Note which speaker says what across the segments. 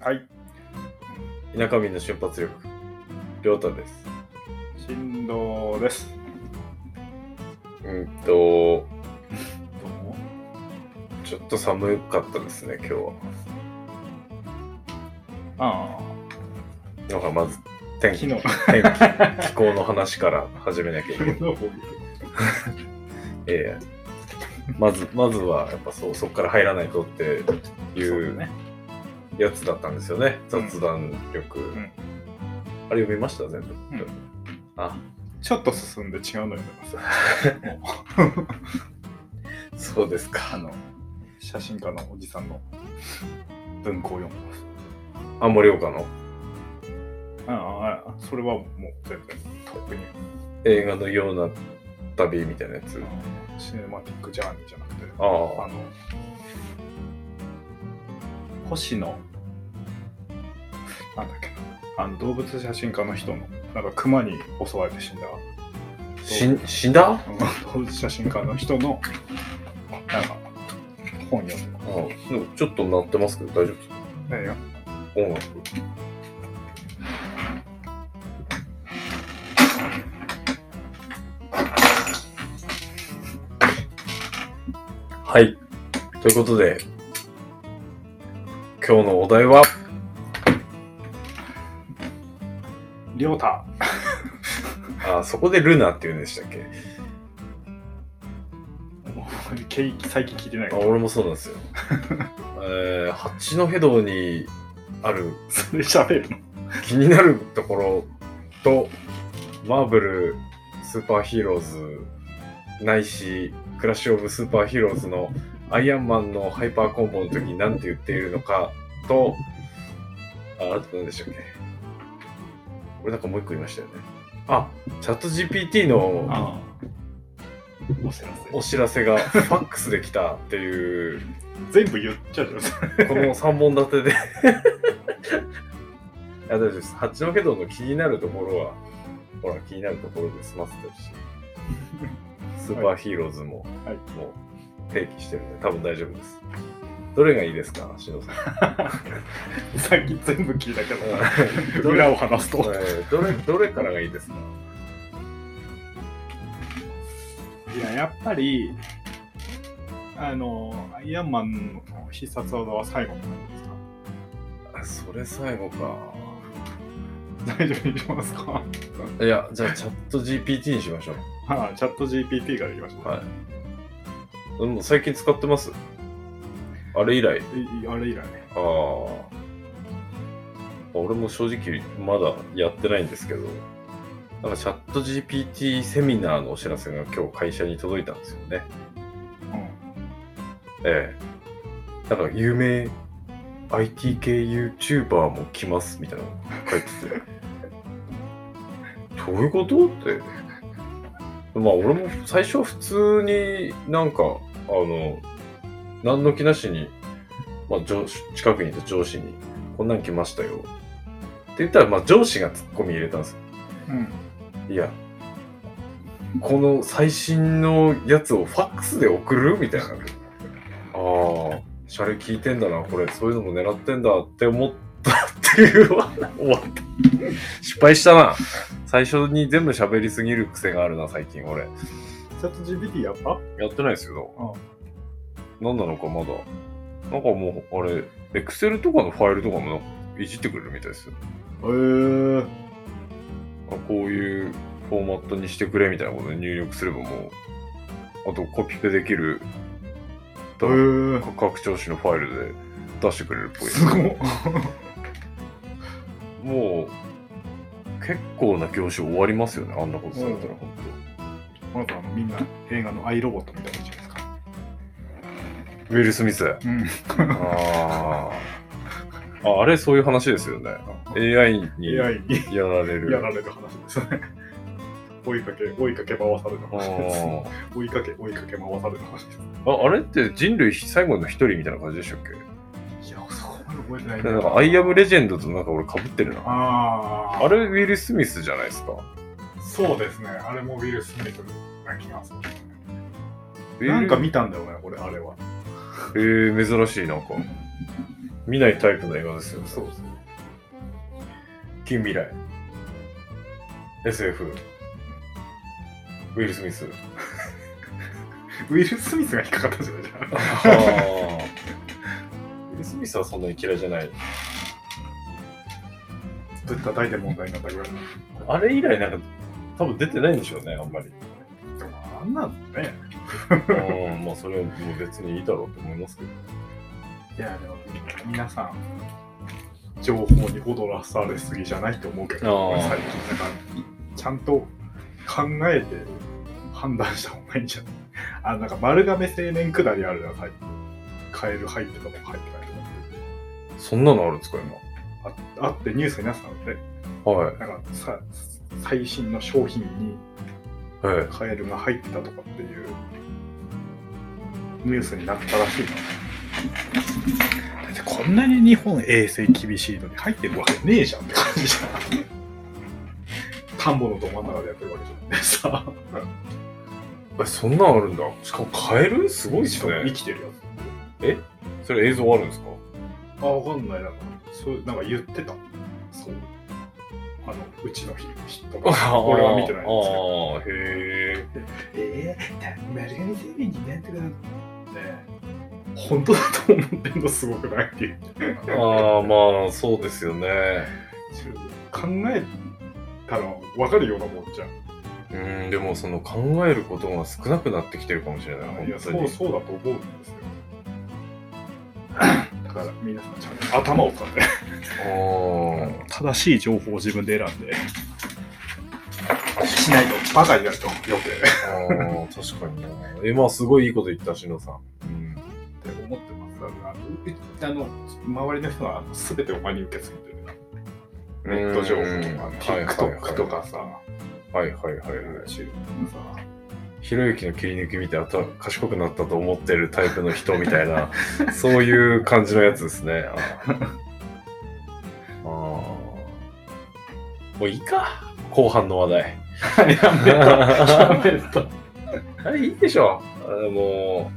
Speaker 1: はい、
Speaker 2: 田舎民の瞬発力、りょうたです。
Speaker 1: 振動です。
Speaker 2: うんと、
Speaker 1: どうも。
Speaker 2: ちょっと寒かったですね、今日は。
Speaker 1: あ
Speaker 2: なんかまず、天
Speaker 1: あ、昨
Speaker 2: 気、
Speaker 1: 日。
Speaker 2: 天気、気候の話から始めなきゃいけ ない。ええまず、まずは、やっぱそう、そこから入らないとってい
Speaker 1: そうだ
Speaker 2: う
Speaker 1: ね。
Speaker 2: やつだったんですよね。
Speaker 1: うん
Speaker 2: 雑談力。
Speaker 1: ん
Speaker 2: あれ読みました全部。
Speaker 1: ん
Speaker 2: あ、
Speaker 1: ちょっと進んで違うの読んでます。
Speaker 2: そうです
Speaker 1: あ
Speaker 2: か。
Speaker 1: の、写真家のおじさんの文庫を読んでます。
Speaker 2: あ、盛岡の
Speaker 1: ああああ、それはもう全然特に。
Speaker 2: 映画のような旅みたいなやつ。
Speaker 1: シネマティックジャーニーじゃなくて、
Speaker 2: あ
Speaker 1: あ
Speaker 2: あ、
Speaker 1: の、星野、なんだっけな、あの動物写真家の人の、なんか熊に襲われて死んだ、
Speaker 2: しん死んだあ
Speaker 1: うん動物写真家の人の、なんか、本読んで
Speaker 2: あでもちょっと鳴ってますけど大丈夫ですか
Speaker 1: た。ね
Speaker 2: 音楽。はい。ということで、今日のお題は、
Speaker 1: りょうた、
Speaker 2: あ、そこでルナって言うんでしたっけ
Speaker 1: ケーキ最近聞いてない
Speaker 2: あ
Speaker 1: から、
Speaker 2: 俺もそうなんですよ。えー、八戸道にある
Speaker 1: それ喋るの。
Speaker 2: 気になるところと、マーブルスーパーヒーローズないし、クラッシュオブスーパーヒーローズのアイアンマンのハイパーコンボの時に何て言っているのかと、ああと何でしたっけこれなんかもう一個言いましたよね。あ、チャット GPT の
Speaker 1: ああお知らせ
Speaker 2: お知らせがファックスで来たっていう、
Speaker 1: 全部言っちゃうじゃん
Speaker 2: この3本立てでいや大丈夫です八戸道の気になるところはほら気になるところで済ませてるしスーパーヒーローズも、
Speaker 1: はい
Speaker 2: もう定期してるんで多分大丈夫ですどれがいいですかしのさん
Speaker 1: さっき全部聞いたけど、
Speaker 2: どれ,、
Speaker 1: 裏を話すと。
Speaker 2: えーどれどれからがいいですか
Speaker 1: いや、やっぱり、あの、アイアンマンの必殺技は最後になりますか
Speaker 2: あそれ最後か
Speaker 1: 大丈夫にしますか
Speaker 2: いやじゃあチャット GPT にしましょう
Speaker 1: ああチャット GPT からいきましょう。
Speaker 2: はいでも最近使ってますあれ以来
Speaker 1: いあれ以来ね。
Speaker 2: ああ。俺も正直まだやってないんですけど、なんかチャット GPT セミナーのお知らせが今日会社に届いたんですよね。
Speaker 1: うん。
Speaker 2: ええ。なんか有名 IT 系 YouTuber も来ますみたいなの書いて て。どういうことって。まあ俺も最初は普通になんか、あの、何の気なしに、まあ上司近くにいた上司に、こんなん来ましたよ。って言ったら、まあ上司がツッコミ入れたんですよ
Speaker 1: うん。
Speaker 2: いや、この最新のやつをファックスで送るみたいな。ああ、シャレ聞いてんだな、これ、そういうのも狙ってんだって思ったっていう わ終わった。失敗したな。最初に全部喋りすぎる癖があるな、最近俺。
Speaker 1: チャット GPT やっぱ
Speaker 2: やってないですけど。
Speaker 1: あ
Speaker 2: 何なのかまだ。なんかもう、あれ、エクセルとかのファイルとかもなんかいじってくれるみたいですよ。
Speaker 1: えー、
Speaker 2: あこういうフォーマットにしてくれみたいなことで入力すればもう、あとコピペできる、
Speaker 1: えー、
Speaker 2: か拡張子のファイルで出してくれるっぽい。
Speaker 1: すごっ。
Speaker 2: もう、結構な業種終わりますよね、あんなことされた
Speaker 1: う
Speaker 2: ら、
Speaker 1: ん
Speaker 2: 本
Speaker 1: あなたあのみんな映画のアイロボットみたいなじゃないですか。
Speaker 2: 当。ウィル・スミス。
Speaker 1: うん。
Speaker 2: あーあ。あれ、そういう話ですよね。AI にや
Speaker 1: AI に
Speaker 2: られる。
Speaker 1: やられる話ですね。追いかけ、追いかけ回される
Speaker 2: あ
Speaker 1: 話です。
Speaker 2: ー
Speaker 1: 追いかけ、追いかけ回される話です。
Speaker 2: ああれって人類最後の一人みたいな感じでしたっけ
Speaker 1: いや、そうなの覚えてない
Speaker 2: なんか、アイアムレジェンドとなんか俺被ってるな。
Speaker 1: ああ
Speaker 2: あれ、ウィル・スミスじゃないですか。
Speaker 1: そうですね。あれもウィル・スミスな気がする。
Speaker 2: ウィル
Speaker 1: なんか見たんだよね、俺、あれは。
Speaker 2: えー、珍しい、なんか。見ないタイプの映画ですよ。
Speaker 1: そうですね。
Speaker 2: 近未来。SF。ウィル・スミス。
Speaker 1: ウィル・スミスが引っかかったじゃないじゃん。
Speaker 2: ウィル・スミスはそんなに嫌いじゃない。
Speaker 1: ぶったたいて問題になったぐらいな
Speaker 2: あれ以来、なんか、多分出てないんでしょうね、あんまり。
Speaker 1: んで。でも、あんなんね。
Speaker 2: うん、まあ、それはもう別にいいだろうと思いますけど。
Speaker 1: いや、でも、皆さん、情報に踊らされすぎじゃないと思うけど、
Speaker 2: あー
Speaker 1: 最近、だから、ちゃんと考えて判断した方がいいんじゃない あ、なんか、丸亀青年下りあるな、最近。カエル入ってたもん、入ってないとか
Speaker 2: そんなのあるんですか、
Speaker 1: ああってニュースになってたので、
Speaker 2: 今。はい。
Speaker 1: なんかさ、最新の商品に
Speaker 2: はい。
Speaker 1: カエルが入ってたとかっていうニュースになったらしいの。だってこんなに日本衛生厳しいのに入ってるわけねえじゃんって感じじゃん。田んぼのど真ん中でやってるわけじゃん。でさ、
Speaker 2: え、そんなんあるんだ。しかもカエルすごいっす
Speaker 1: 生
Speaker 2: ね。
Speaker 1: きてるや
Speaker 2: それ映像あるんですか
Speaker 1: つ。あ、わかんない。なんか、そう、なんか言ってた。そう。あの、うちの日、ヒットが。俺は見てないんですけど。
Speaker 2: ああ、へえ。
Speaker 1: えー、丸亀製麺になんとかなって、本当だと思ってんのすごくないっていう。
Speaker 2: ああ、まあ、そうですよね。
Speaker 1: 考えたら分かるようなもんじゃん。
Speaker 2: うん、でもその考えることが少なくなってきてるかもしれない。
Speaker 1: いや、
Speaker 2: 本
Speaker 1: そ
Speaker 2: 当
Speaker 1: う
Speaker 2: に。
Speaker 1: そうだと思うんですよ。だから皆さんちゃんと頭を使って
Speaker 2: あ
Speaker 1: 正しい情報を自分で選んでしないとバカになると余計っ
Speaker 2: あああ、確かにな。え、まあ、すごいいいこと言った、しのさん。うん。
Speaker 1: て思ってますだからあの周りの人は全てお前に受け継いでるネット情報
Speaker 2: うん
Speaker 1: とか TikTok とか。さ
Speaker 2: はいはいはいはいはいはいはい。
Speaker 1: さ
Speaker 2: ひろゆきの切り抜き見て、あとは賢くなったと思ってるタイプの人みたいな、 そういう感じのやつですね。あーあー。もういいか。後半の話題。
Speaker 1: やめたやめた
Speaker 2: あれ、いいでしょ。あーも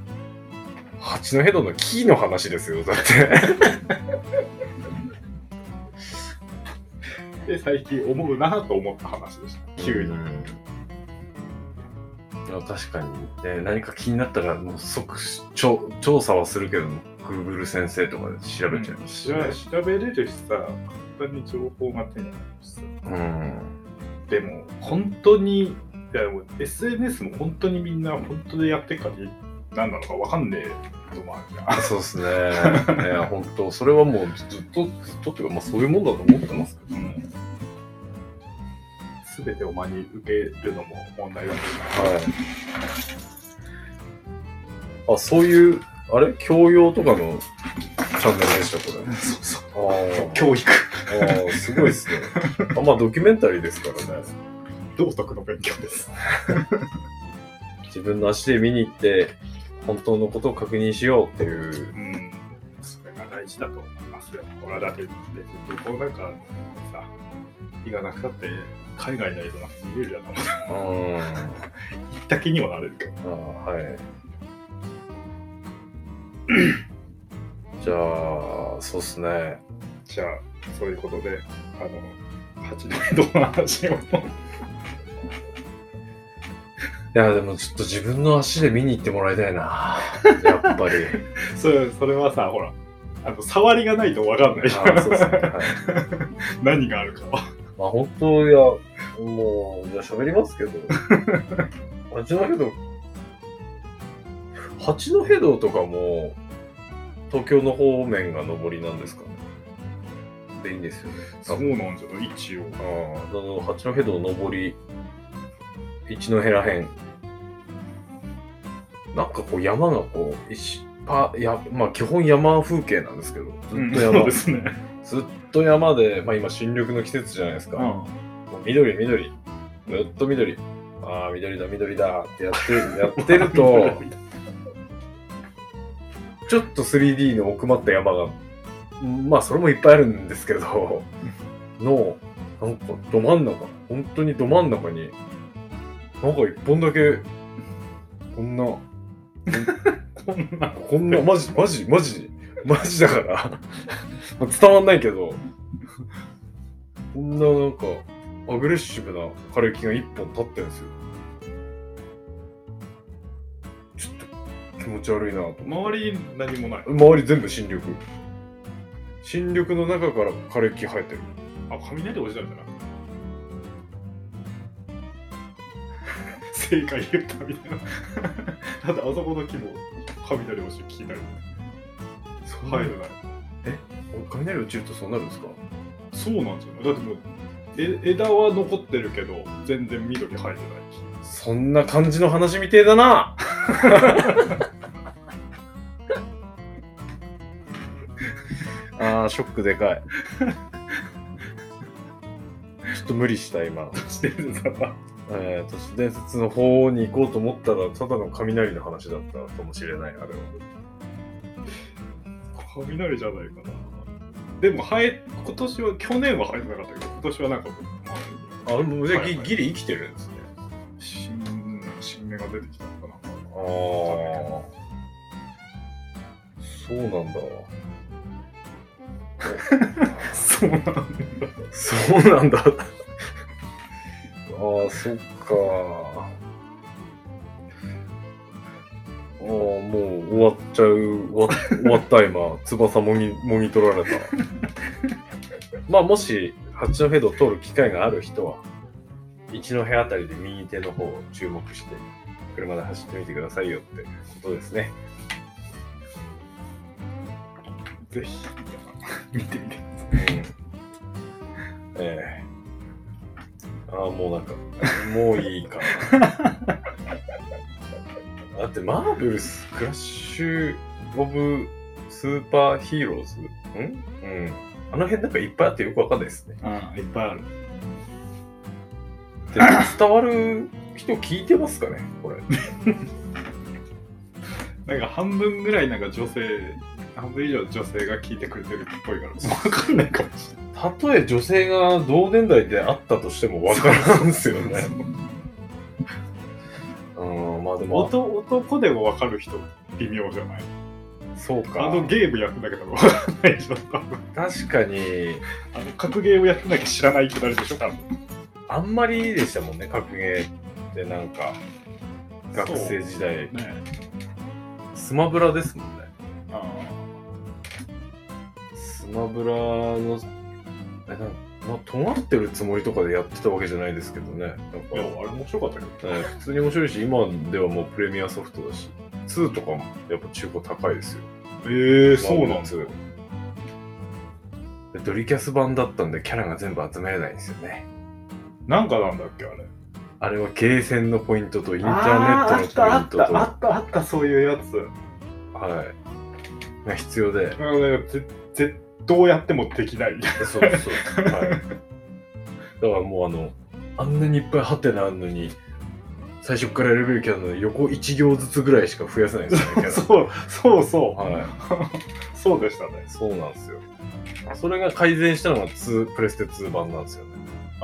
Speaker 2: う、八戸戸の木の話ですよ、だって。
Speaker 1: で最近思うなと思った話でした急に、
Speaker 2: うんいや確かに、ね、何か気になったらもう即調調査はするけど Google 先生とかで調べちゃいますし
Speaker 1: 調
Speaker 2: ね、
Speaker 1: 調べれるしさ簡単に情報が手に入るしさ
Speaker 2: うん
Speaker 1: でも本当にいやでも SNS も本当にみんな本当でやってるかに何なのかわかんねえこともあるじゃん
Speaker 2: そうですね。ね本当、それはもうずっと、ずっとっていうか、まあそういうもんだと思ってますけどね。
Speaker 1: 全てお前に受けるのも問題だと
Speaker 2: はい。あ、そういう、あれ教養とかのチャンネルでした、これ。
Speaker 1: そうそう
Speaker 2: あ
Speaker 1: 教育
Speaker 2: あー、すごいですね。あまあドキュメンタリーですからね。
Speaker 1: 道徳の勉強です
Speaker 2: 自分の足で見に行って、本当のことを確認しようっていう
Speaker 1: う。んそれが大事だと思いますよ俺はだって別に旅行なんかさ行かなくたって海外の映像なんて見れるじゃん行
Speaker 2: うん。あ
Speaker 1: った気にはなれるけど
Speaker 2: ーはい。 じゃあ、そうっすね。
Speaker 1: じゃあそういうことであの八戸堂の話を
Speaker 2: いや、でもちょっと自分の足で見に行ってもらいた いな。やっぱり。
Speaker 1: それそれはさほらあの触りがないとわかんないじゃん
Speaker 2: あそうですね。 はい。
Speaker 1: 何があるかは
Speaker 2: まあ本当、いや、もう、じゃあ喋りますけど。八戸道、八戸道とかも、東京の方面が上りなんですかね。でいいんですよね。
Speaker 1: そうなんじゃない一応
Speaker 2: あああの八戸道上り、一戸らへん。なんかこう山がこう、一パやまあ基本山風景なんですけど、ずっと
Speaker 1: そ
Speaker 2: 山、
Speaker 1: うですね
Speaker 2: ずっと山で、まあ今新緑の季節じゃないですか。もう緑緑、ずっと緑。ああ、緑だ緑だってやってやってると、ちょっと 3D の奥まった山がまあそれもいっぱいあるんですけど、の、なんかど真ん中、本当にど真ん中に、なんか一本だけ、こんな、
Speaker 1: こんな
Speaker 2: こんな、マジ、マジ、マジ、マジだから、 まあ伝わんないけど、こんななんか、アグレッシブな枯れ木が一本立ってるんですよ。ちょっと気持ち悪いなと思っ
Speaker 1: 周
Speaker 2: て。
Speaker 1: り何もない
Speaker 2: 周り全部新緑新緑の中から枯れ木生えてる
Speaker 1: あ雷落ちたんじゃなくて正解言ったみたいな だってあそこの木も雷落ちて聞いたり
Speaker 2: そ
Speaker 1: 入るない
Speaker 2: 雷落ちるとそうなるんですか
Speaker 1: そうなんじゃないだってもうえ枝は残ってるけど全然緑生えてない
Speaker 2: そんな感じの話みてえだ なあーショックでかいちょっと無理した今、
Speaker 1: 木してるさ
Speaker 2: えー、都市伝説の方に行こうと思ったらただの雷の話だったかもしれないあれは
Speaker 1: 雷じゃないかなでも生え今年は去年は生えてなかったけど今年はなんかこうまあ
Speaker 2: あもう
Speaker 1: じゃあギギ
Speaker 2: リ生きてるんですね
Speaker 1: 新新芽が出てきたのかな
Speaker 2: ああそうなんだ
Speaker 1: そうなんだ
Speaker 2: そうなんだああそっかああもう終わっちゃう終わ 終わった今翼もぎもぎ取られたまあもし八戸道を通る機会がある人は一戸あたりで右手の方を注目して車で走ってみてくださいよってことですね
Speaker 1: ぜひ見てみて
Speaker 2: ええああ、もうなんか、もういいか な。だって、マーベルス、クラッシュ・オブ・スーパーヒーローズんうん。あの辺なんかいっぱいあってよくわかんないですね。
Speaker 1: ああいっぱいある
Speaker 2: で 伝わる人聞いてますかねこれ。
Speaker 1: なんか半分ぐらいなんか女性半分以上女性が聞いてくれてるっぽいから分かんないかもしれない
Speaker 2: たとえ女性が同年代であったとしてもわからんですよね。 うん、まあでも、
Speaker 1: 男男でも分かる人微妙じゃない
Speaker 2: そうか。
Speaker 1: あのゲームやってたけど分かんないでしょ多分
Speaker 2: 確かに、
Speaker 1: あの格ゲーをやってなきゃ知らないくだりでしょ多分
Speaker 2: あんまりでしたもんね、格ゲーってなんか、学生時代、
Speaker 1: ね
Speaker 2: スマブラですもんね。
Speaker 1: ああ
Speaker 2: スマブラの、え、なんまあ、尖ってるつもりとかでやってたわけじゃないですけどね。なんか
Speaker 1: いやあれ面白かったけど
Speaker 2: え普通に面白いし、今ではもうプレミアソフトだし、2とかもやっぱ中古高いですよ。
Speaker 1: ええ
Speaker 2: スマブラ2でドリキャス版だったんでキャラが全部集めれないんですよね。
Speaker 1: なんかなんだっけあれ
Speaker 2: あれはゲーセンのポイントとインターネットのポイントと。
Speaker 1: あったあったあったあったそういうやつ
Speaker 2: はい。が必要で。
Speaker 1: なんかねぜぜどうやってもできない
Speaker 2: そうそう。はい。だからもうあの、あんなにいっぱいハテナあるのに、最初からレベルキャラの横1行ずつぐらいしか増やせないんですよね、キャ ラ
Speaker 1: そうそうそう、
Speaker 2: は
Speaker 1: そうでしたね
Speaker 2: い。そうなんですよ。それが改善したのが2プレステ2版なんですよね。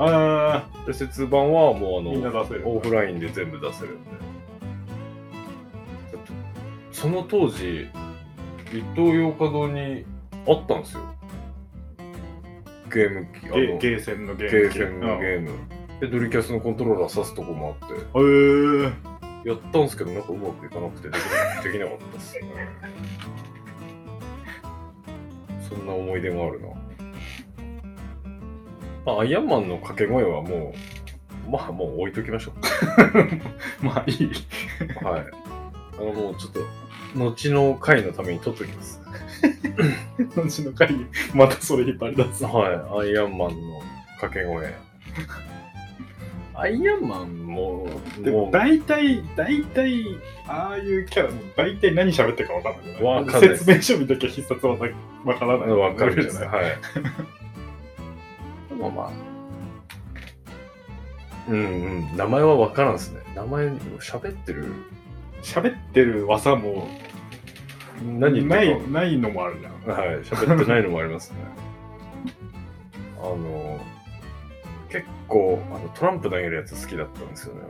Speaker 1: あ
Speaker 2: プレステ2版はもうあ
Speaker 1: ーみんな
Speaker 2: の、
Speaker 1: 出せる
Speaker 2: オフラインで全部出せるんで。だってその当時、伊東洋華堂にあったんですよ。ゲーム機、あの
Speaker 1: ゲゲーセンのゲー
Speaker 2: ゲ
Speaker 1: ム
Speaker 2: ーセンのゲーム。で、ドリキャスのコントローラー挿すとこもあって、
Speaker 1: ムへえ
Speaker 2: やったんですけど、なんかうまくいかなくてできなできなかったっすね。そんな思い出があるな。まあ、アイアンマンの掛け声はもう、まあもう置いときましょ。
Speaker 1: まあい いう
Speaker 2: はい。あのもうちょっと、後の回のために取っときます。
Speaker 1: 後の回にまたそれ引っ張り出す
Speaker 2: はい、アイアンマンの掛け声。 アイアンマンも、
Speaker 1: でも
Speaker 2: もう
Speaker 1: 大体大体ああいうキャラも大体何喋ってるか分かんないよね
Speaker 2: わかんないです
Speaker 1: 説明書見ときゃ必殺技分からない
Speaker 2: わかる
Speaker 1: じ
Speaker 2: じ
Speaker 1: ゃ
Speaker 2: ゃ
Speaker 1: な
Speaker 2: ない
Speaker 1: い
Speaker 2: はい。でもまあ。うんうん。名前はわからんですね。名前、喋ってる。
Speaker 1: 喋ってる技も
Speaker 2: 何言っ
Speaker 1: な
Speaker 2: てるか
Speaker 1: い、ないのもあるじゃん。
Speaker 2: はい、喋ってないのもありますね。 あの、結構あの、トランプ投げるやつ好きだったんですよね、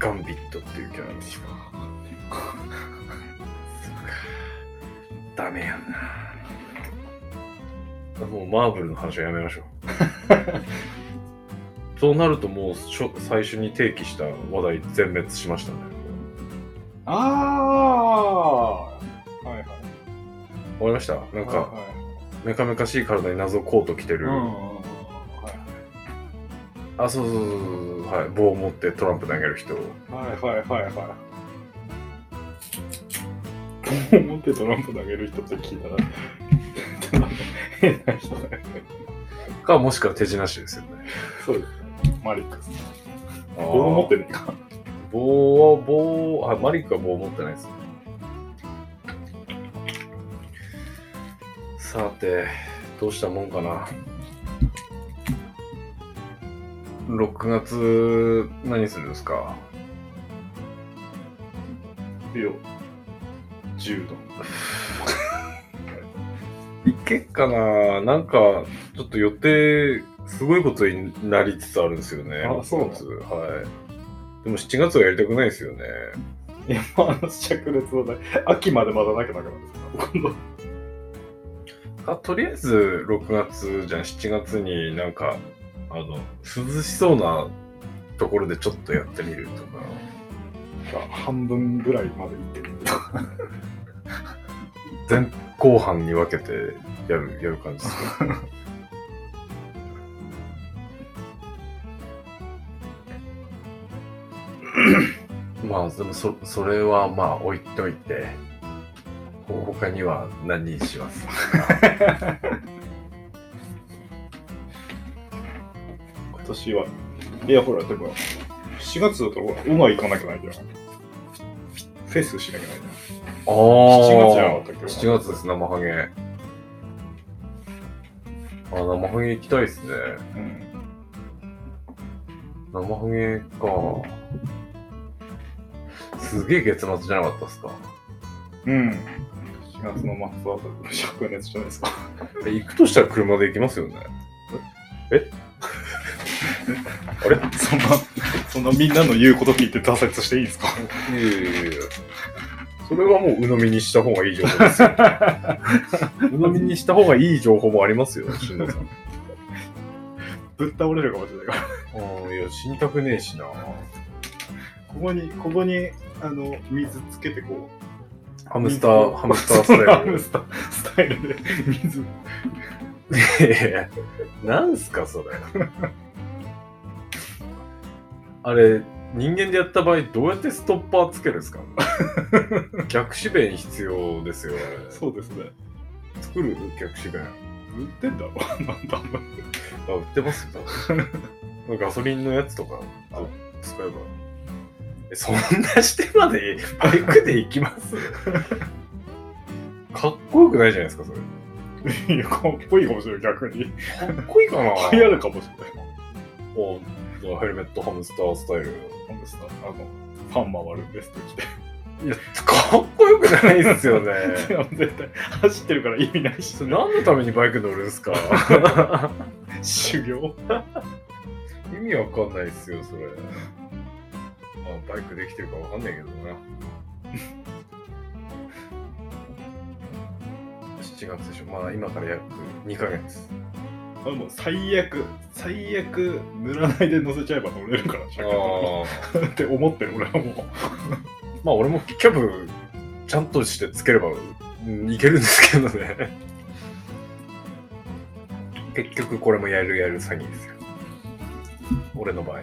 Speaker 2: 俺。ガンビットっていうキャラです。ダメやな。もうマーブルの話はやめましょう。そうなるともう初最初に提起した話題全滅しましたね。
Speaker 1: ああはいはい。
Speaker 2: 終わりましたなん
Speaker 1: はい
Speaker 2: か、
Speaker 1: はい
Speaker 2: メカメカしい体に謎コート着て
Speaker 1: う
Speaker 2: る、
Speaker 1: んうんうんうんはい
Speaker 2: あそうそうそうそうはい棒を持ってトランプ投げる人
Speaker 1: はいはいはいはい。持ってトランプ投げる人って聞いた ら、 変な人だよね。
Speaker 2: かもしくは手品師ですよね
Speaker 1: そうです。マリックス。
Speaker 2: 棒
Speaker 1: 棒持ってねえか。
Speaker 2: 棒は棒あマリックは棒持ってないですねさてどうしたもんかな6月何するんですか
Speaker 1: いいよ。柔道。
Speaker 2: いけっかななんか、ちょっと予定、すごいことになりつつあるんですよね。
Speaker 1: あそうなの
Speaker 2: 6月はい。でも7月はやりたくないですよね。
Speaker 1: いや、もうあの灼熱のね、秋までまだなきゃなくなるんです今度。
Speaker 2: あとりあえず、6月じゃん、7月になんか、あの、涼しそうなところでちょっとやってみるとか。
Speaker 1: 半分ぐらいまで行ってる。
Speaker 2: 前後半に分けてやるやる感じですか まあでもそそれはまあ置いといてほ他には何にします
Speaker 1: 今年は。いや、ほら、でも、4月だとほら、馬行かなきゃないじゃん。フェスしなきゃないじゃん。
Speaker 2: ああ
Speaker 1: 7月じゃなかったっけ
Speaker 2: 7月です生ハゲあ生ハゲ行きたいですね
Speaker 1: うん。
Speaker 2: 生ハゲかすげえ月末じゃなかったですか
Speaker 1: うん。4月の末は灼熱じゃないですか。
Speaker 2: え行くとしたら車で行きますよね。えあれ
Speaker 1: そんな、そんなみんなの言うこと聞いて挫折していいですか
Speaker 2: いやいやいやいやそれはもう鵜呑みにした方がいい情報です よ。鵜呑みにした方がいい情報もありますよ、しんさん。
Speaker 1: ぶっ倒れるかもしれないから。
Speaker 2: ああ、いや、死にたくねえしな。
Speaker 1: ここに、ここに、あの、水つけてこう。
Speaker 2: ハムスター、ハムスタース
Speaker 1: ハ
Speaker 2: タイ
Speaker 1: ムスタースタイルで、水。
Speaker 2: ル。いやいやなんすか、それ。あれ、人間でやった場合、どうやってストッパーつけるんです か逆指弁必要ですよ、あれ
Speaker 1: そうですね。
Speaker 2: 作る逆指弁。
Speaker 1: 売ってんだろなんだろう
Speaker 2: あ、売ってますよ、多分ガソリンのやつとか使えば。えそんなしてまでバイクで行きますかっこよくないじゃないですか、それ。
Speaker 1: いや、かっこいいかもしれない、逆に。流
Speaker 2: かっこいいかな
Speaker 1: 行るかもしれない。
Speaker 2: おヘルメットハムスタースタイル。
Speaker 1: ハムスター、あの、ファン回るベスト着て。
Speaker 2: いや、かっこよくないですよね。
Speaker 1: い や絶対、走ってるから意味ないし、
Speaker 2: それ何のためにバイク乗るんですか
Speaker 1: 修行。
Speaker 2: 意味わかんないですよ、それ。 あ、バイクできてるかわかんない けどな。7月でしょ、まあ今から約2ヶ月。
Speaker 1: あもう最悪、最悪、塗らないで乗せちゃえば乗れるから、
Speaker 2: あ
Speaker 1: って思ってる、俺はもう。
Speaker 2: あ。まあ俺もキャブちゃんとしてつければうんいけるんですけどね。 結局これもやるやる詐欺ですよ。俺の場合。
Speaker 1: ち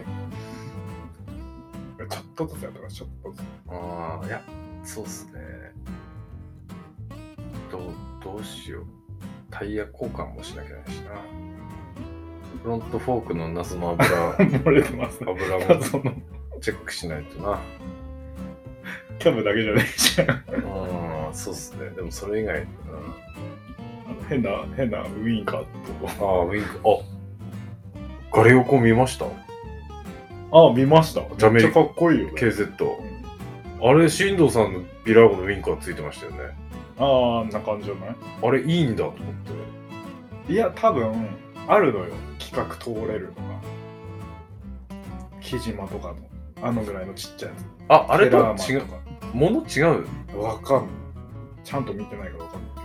Speaker 1: ょっとずつやったから、ちょっとずつ。
Speaker 2: ああ、いや、そうっすね。どう、どうしよう。タイヤ交換もしなきゃだしな。フロントフォークの謎の 油、
Speaker 1: 漏れてますね。
Speaker 2: 油
Speaker 1: ただ
Speaker 2: も
Speaker 1: その、
Speaker 2: チェックしないとな。
Speaker 1: キャブだけじゃないじゃん。あ
Speaker 2: うん、そうっすね。でもそれ以外、うん、
Speaker 1: の変な、変なウインカーと。
Speaker 2: ああ、ウィンク、あガレオコ見ました
Speaker 1: ああ、見ました。めっち
Speaker 2: ダメ
Speaker 1: ゃかっこいいよね。
Speaker 2: KZ あれ進藤さんのビラーゴのウィンカーついてましたよね
Speaker 1: ああ、あんな感じじゃない
Speaker 2: あれいいんだと思って
Speaker 1: いや、多分、あるのよ。企画通れるのが。木島とかの、あのぐらいのちっちゃいやつ。
Speaker 2: ああれと
Speaker 1: テラ
Speaker 2: は
Speaker 1: ーマン
Speaker 2: 違う
Speaker 1: と
Speaker 2: もの違う
Speaker 1: か。わかんない。ちゃんと見てないからわかんない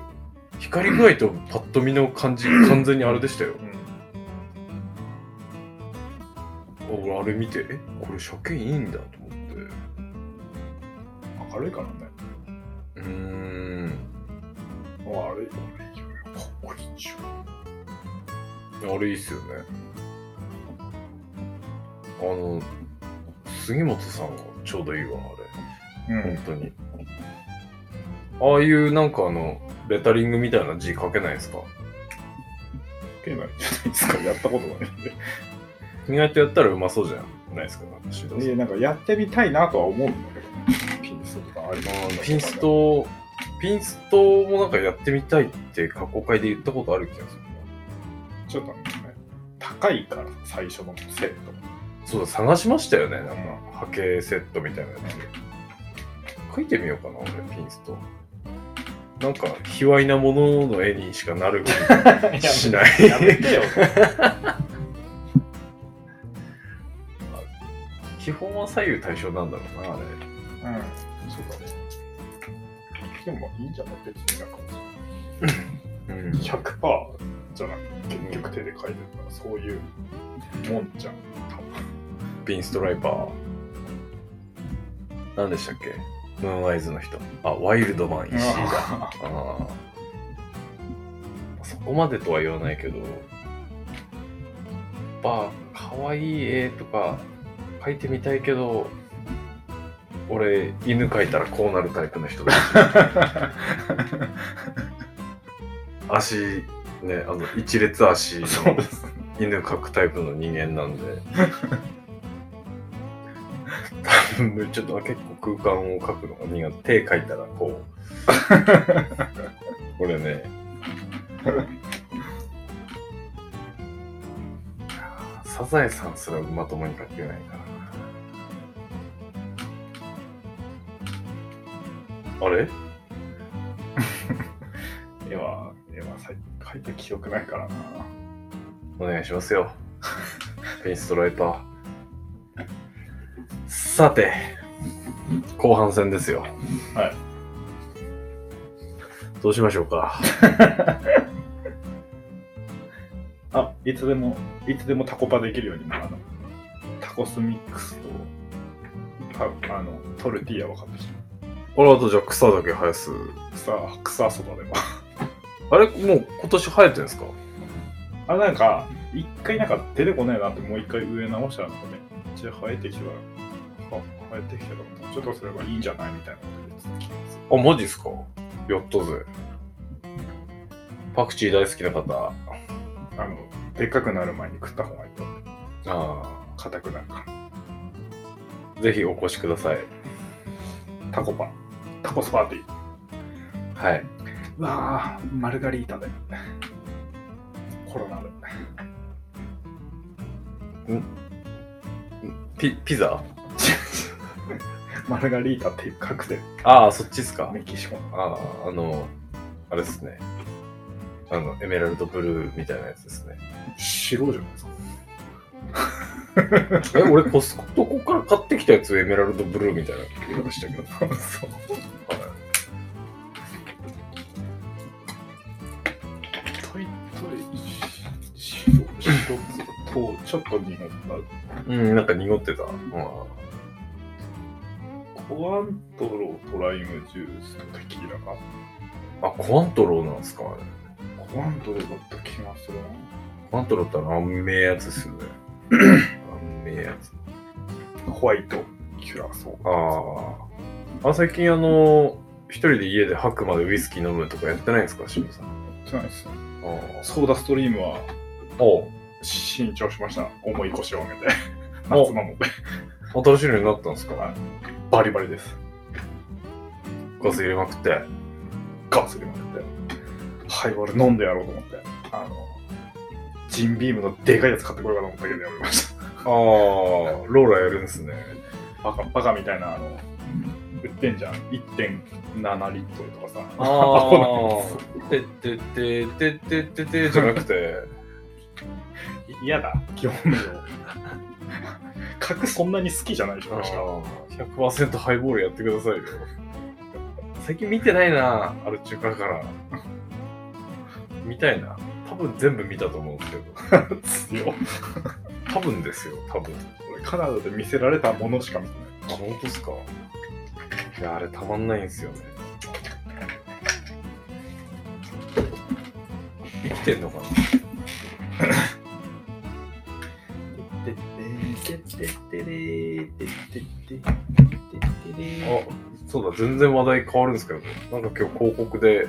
Speaker 2: 光具合とパッと見の感じ完全にあれでしたよ
Speaker 1: けど。うん。
Speaker 2: あ俺あれ見てえこれ車検いいんだと思って
Speaker 1: 明るいからね。
Speaker 2: うーん
Speaker 1: ああれ、あれいいよね。かっこいいっちゅう。
Speaker 2: あれいいっすよねあの杉本さんがちょうどいいわ
Speaker 1: う
Speaker 2: あれ
Speaker 1: ん。
Speaker 2: 本当にああいうなんかあのレタリングみたいな字書けないですか
Speaker 1: けないじゃないですか。やったことないんで。
Speaker 2: 意外とやったらうまそうじゃないですか私どうぞ
Speaker 1: でなんかやってみたいなとは思うんだけどね。 ピンストとかあれ
Speaker 2: まあピンス。トピンストもなんかやってみたいって過去会で言ったことある気がするな
Speaker 1: ちょっとね、高いから最初のセット。
Speaker 2: そうだ探しましたよねなんか
Speaker 1: うん
Speaker 2: 波形セットみたいなやつ書いてみようかな俺ピンストなんか卑猥なものの絵にしかな るしない
Speaker 1: やめてよ。
Speaker 2: 基本は左右対称なんだろうなあ
Speaker 1: う
Speaker 2: れ
Speaker 1: ん。そうだね。でもいいんじゃない別になんか
Speaker 2: うん
Speaker 1: 100%じゃなくて結局手で書いてるから、そういうもんじゃん。多分
Speaker 2: ピンストライパー何でしたっけムーンアイズの人あワイルドマン石井だ
Speaker 1: あ
Speaker 2: ああそこまでとは言わないけどやっぱ可愛い絵とか描いてみたいけど俺犬描いたらこうなるタイプ の人だ足ねあの一列足の
Speaker 1: そうですね。
Speaker 2: 犬描くタイプの人間なんで ちょっと結構空間を描くのが苦手手描いたらこうこれねサザエさんすらまともに描けないからなあれ
Speaker 1: 絵は、絵はさ書いて記憶ないからな。
Speaker 2: お願いしますよペンストライパーさて後半戦ですよ
Speaker 1: はい
Speaker 2: どうしましょうか
Speaker 1: あ、いつでも、いつでもタコパできるように、あの、タコスミックスと、パあの、トルティーヤを買ってきた。
Speaker 2: 俺あとじゃあ草だけ生やす
Speaker 1: 草、草そばでも。
Speaker 2: あれもう今年生えてんすか
Speaker 1: あ、なんか、一回なんか出てこないなって、もう一回上直したらなんかね、じゃ生えてきたら、は生えてきたから、もうちょっとすればいいんじゃないみたいなことで続きます。
Speaker 2: あマジっすかやったぜパクチー大好きな方
Speaker 1: あの、でっかくなる前に食った方がいいと、
Speaker 2: あ
Speaker 1: 硬くなるから。
Speaker 2: あぜひお越しください
Speaker 1: タコパ、タコスパーティー。
Speaker 2: はい
Speaker 1: わあ、マルガリータで。コロナで。
Speaker 2: ピピザ
Speaker 1: マルガリータっていうカクテル。
Speaker 2: ああそっちっすか
Speaker 1: メキシコの。
Speaker 2: ああ、あの、あれですね。あの、エメラルドブルーみたいなやつですね。
Speaker 1: 白じゃないですか。
Speaker 2: え、俺コストコから買ってきたやつエメラルドブルーみたいな色でしたけ ど。
Speaker 1: そう。トイトイ白白とちょっと濁った。
Speaker 2: うん、なんか濁ってた。うん、
Speaker 1: コアントロトライムジュースとテキーラが。
Speaker 2: あ、コアントローなんですかあれ。
Speaker 1: コアントロだった気がする
Speaker 2: コアントローってあの、あんめえやつですよ ね。あんめえやつ。
Speaker 1: な。ホワイトキュラソ
Speaker 2: ああ。あ、最近あの、一人で家で吐くまでウイスキー飲むとかやってないんですか、シムさん。あ
Speaker 1: ー。そうなんです。
Speaker 2: あ。
Speaker 1: ソーダストリームは
Speaker 2: おう
Speaker 1: 新調しました。重い腰を上げて。
Speaker 2: お
Speaker 1: 夏なので。
Speaker 2: 新しいのになったんですか
Speaker 1: はいバリバリです。
Speaker 2: ガス入れまくって。
Speaker 1: ガッツリ飲んでて、ハイボール飲んでやろうと思って、あの、ジンビームのでかいやつ買ってこようかと思ったけどやめました。
Speaker 2: ああ、ローラやるんすね。
Speaker 1: バカバカみたいなあの売ってんじゃん1.7リットルとかさ
Speaker 2: ああ、てってってってってってってじゃなくて、
Speaker 1: 嫌だ基本名を角そんなに好きじゃないでしょ確か
Speaker 2: 100%ハイボールやってくださいよ。最近見てないな、アル中華から。見たいな。多分全部見たと思うんですけど。
Speaker 1: 強い
Speaker 2: 多分ですよ、多分。
Speaker 1: 俺カナダで見せられたものしか見てない
Speaker 2: あ、本当ですかいや、あれたまんないんですよね。生きてんのかなあ、そうだ、全然話題変わるんですけど、なんか今日広告で、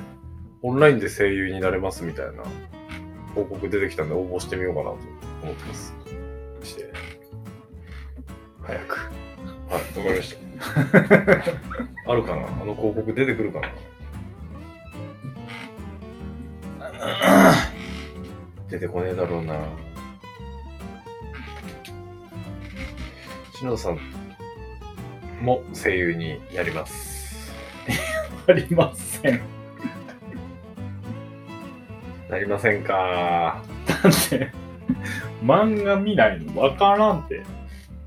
Speaker 2: オンラインで声優になれますみたいな広告出てきたんで応募してみようかなと思ってます。
Speaker 1: して早く
Speaker 2: はい、わかりま した。あるかなあの広告出てくるかな出てこねえだろうな。篠田さんも声優になります。
Speaker 1: ありません
Speaker 2: なりませんか。
Speaker 1: なんで漫画見ないのわからんって
Speaker 2: い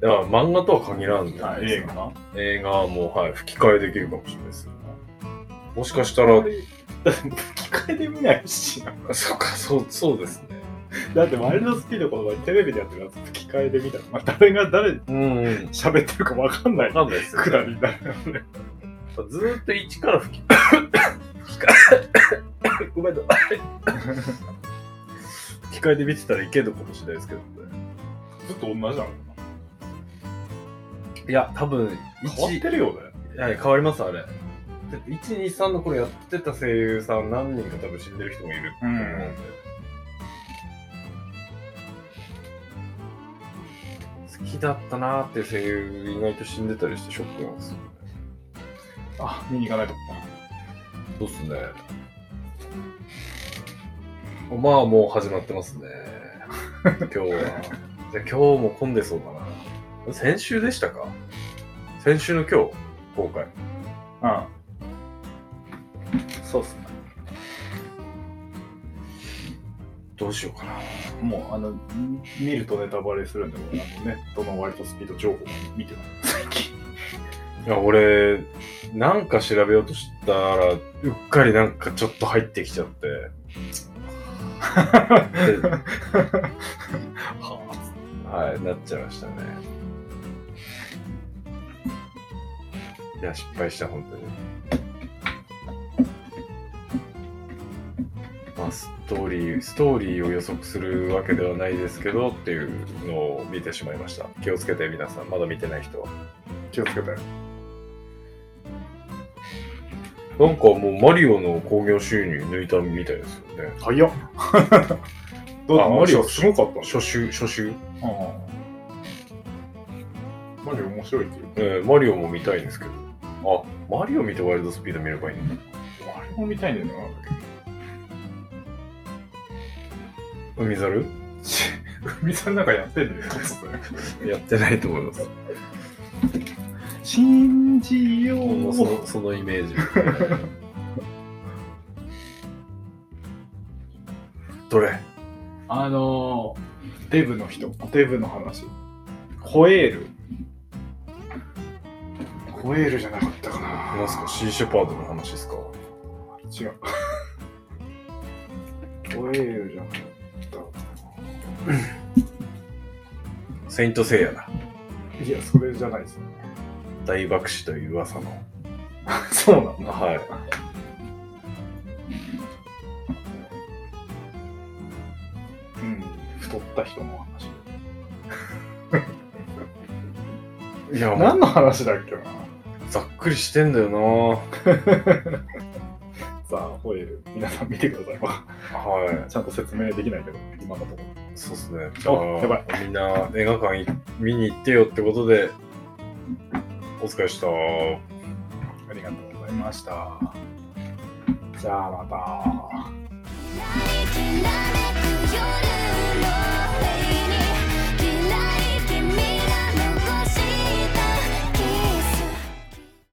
Speaker 2: や、漫画とは限らんじゃ
Speaker 1: あ
Speaker 2: ないで
Speaker 1: 映
Speaker 2: すか
Speaker 1: 画な
Speaker 2: 映画はもう、はい、吹き替えできるかもしれないです。もしかしたら、
Speaker 1: だって吹き替えで見ないしな
Speaker 2: そうか、そう、そうですね。
Speaker 1: だってワイルドスピードこの前テレビでやってるやつ吹き替えで見たら、まあ、誰が誰
Speaker 2: うん、うん。
Speaker 1: 喋ってるかわかんない
Speaker 2: わかんないですよね
Speaker 1: くだりになるよね
Speaker 2: ずーっと一から吹きごめんなさい吹き替えで見てたらいけるのかもしれないですけどね
Speaker 1: ずっと同じなのか
Speaker 2: いや多分
Speaker 1: な変わってるよね
Speaker 2: 一はい変わりますあれ123の頃やってた声優さん何人か多分死んでる人もいると思うんで、好きだったなーっていう声優意外と死んでたりしてショックなんですよね
Speaker 1: あ見に行かないと
Speaker 2: そうっすね。まあ、もう始まってますね。今日は。 じゃあ今日も混んでそうだな。先週でしたか先週の今日、公開。
Speaker 1: うんそうっすね
Speaker 2: どうしようかな。
Speaker 1: もうあのん見るとネタバレするんでもうあのネットのワイルドスピード情報見てない最近
Speaker 2: いや、俺、なんか調べようとしたら、うっかりなんかちょっと入ってきちゃって。で
Speaker 1: は
Speaker 2: はい、なっちゃいましたね。いや、失敗した、本当に。まあ、ストーリー、ストーリーを予測するわけではないですけどっていうのを見てしまいました。気をつけて、皆さん。まだ見てない人は。
Speaker 1: あ気をつけて
Speaker 2: なんかもう、マリオの興行収入抜いたみたいですよね。
Speaker 1: 早っだって
Speaker 2: あ
Speaker 1: マリオすごかったんでしょ
Speaker 2: 初週、初週。
Speaker 1: マリオ面白いっていう
Speaker 2: えーマリオも見たいんですけど。あ、マリオ見てワイルドスピード見ればいいんだ。
Speaker 1: あれも見たいんだよねなんだっけ
Speaker 2: 海猿
Speaker 1: 海さんなんかやってんだよ
Speaker 2: やってないと思います。
Speaker 1: 信じよ
Speaker 2: そのそのイメージ。 どれ
Speaker 1: あのー、デブの人デブの話ホエールホエールじゃなかったかな
Speaker 2: なんすかシーシェパードの話ですか
Speaker 1: 違う。ホエールじゃなか
Speaker 2: セイントセイヤだ。
Speaker 1: った。いや、それじゃないですよね。
Speaker 2: 大爆死という噂の。
Speaker 1: そうなの
Speaker 2: はい。
Speaker 1: うん。太った人の話。
Speaker 2: いや、もう
Speaker 1: 何の話だっけな
Speaker 2: ざっくりしてんだよ
Speaker 1: さあ、ホエール、皆さん見てください。 ま
Speaker 2: なは
Speaker 1: あちゃんと説明できないけど、今だと思う。
Speaker 2: い。そうっすね。じゃ
Speaker 1: おやば
Speaker 2: あ、みんな映画館い見に行ってよってことで、お疲れした。
Speaker 1: ありがとうございました。じゃあ、また。
Speaker 3: 「なびきらめく夜のフェイリー」